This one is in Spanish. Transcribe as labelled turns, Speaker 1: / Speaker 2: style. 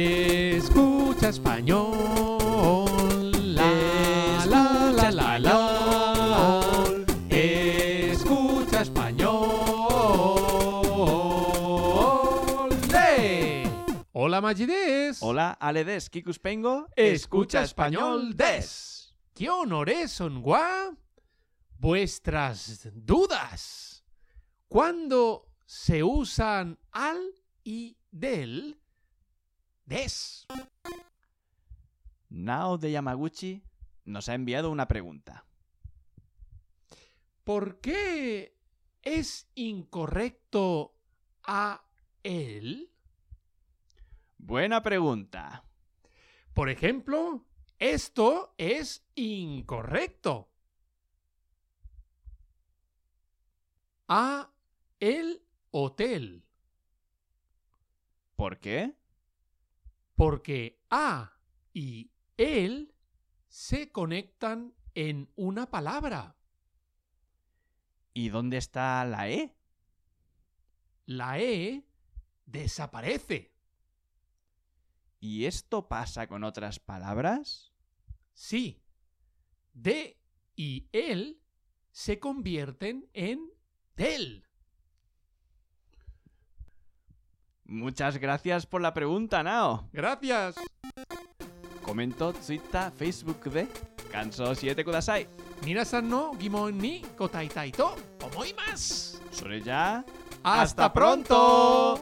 Speaker 1: Escucha español. La la la la la. Escucha español. De. Hola Magides.
Speaker 2: Hola, Aledes, Kikuspengo.
Speaker 1: Escucha español des. ¿Qué honores son gua? Vuestras dudas. Cuando se usan al y del des.
Speaker 2: Nao de Yamaguchi nos ha enviado una pregunta.
Speaker 1: ¿Por qué es incorrecto a él?
Speaker 2: Buena pregunta.
Speaker 1: Por ejemplo, esto es incorrecto. A el hotel.
Speaker 2: ¿Por qué?
Speaker 1: Porque a y el se conectan en una palabra.
Speaker 2: ¿Y dónde está la E?
Speaker 1: La e desaparece.
Speaker 2: ¿Y esto pasa con otras palabras?
Speaker 1: Sí. De y el se convierten en del.
Speaker 2: Muchas gracias por la pregunta, Nao.
Speaker 1: Gracias.
Speaker 2: Comento Twitter, Facebook de Kanso 7 Kudasai.
Speaker 1: Minasan no gimon ni kotaitaito omoimasu.
Speaker 2: Sobre ya.
Speaker 1: ¡Hasta pronto!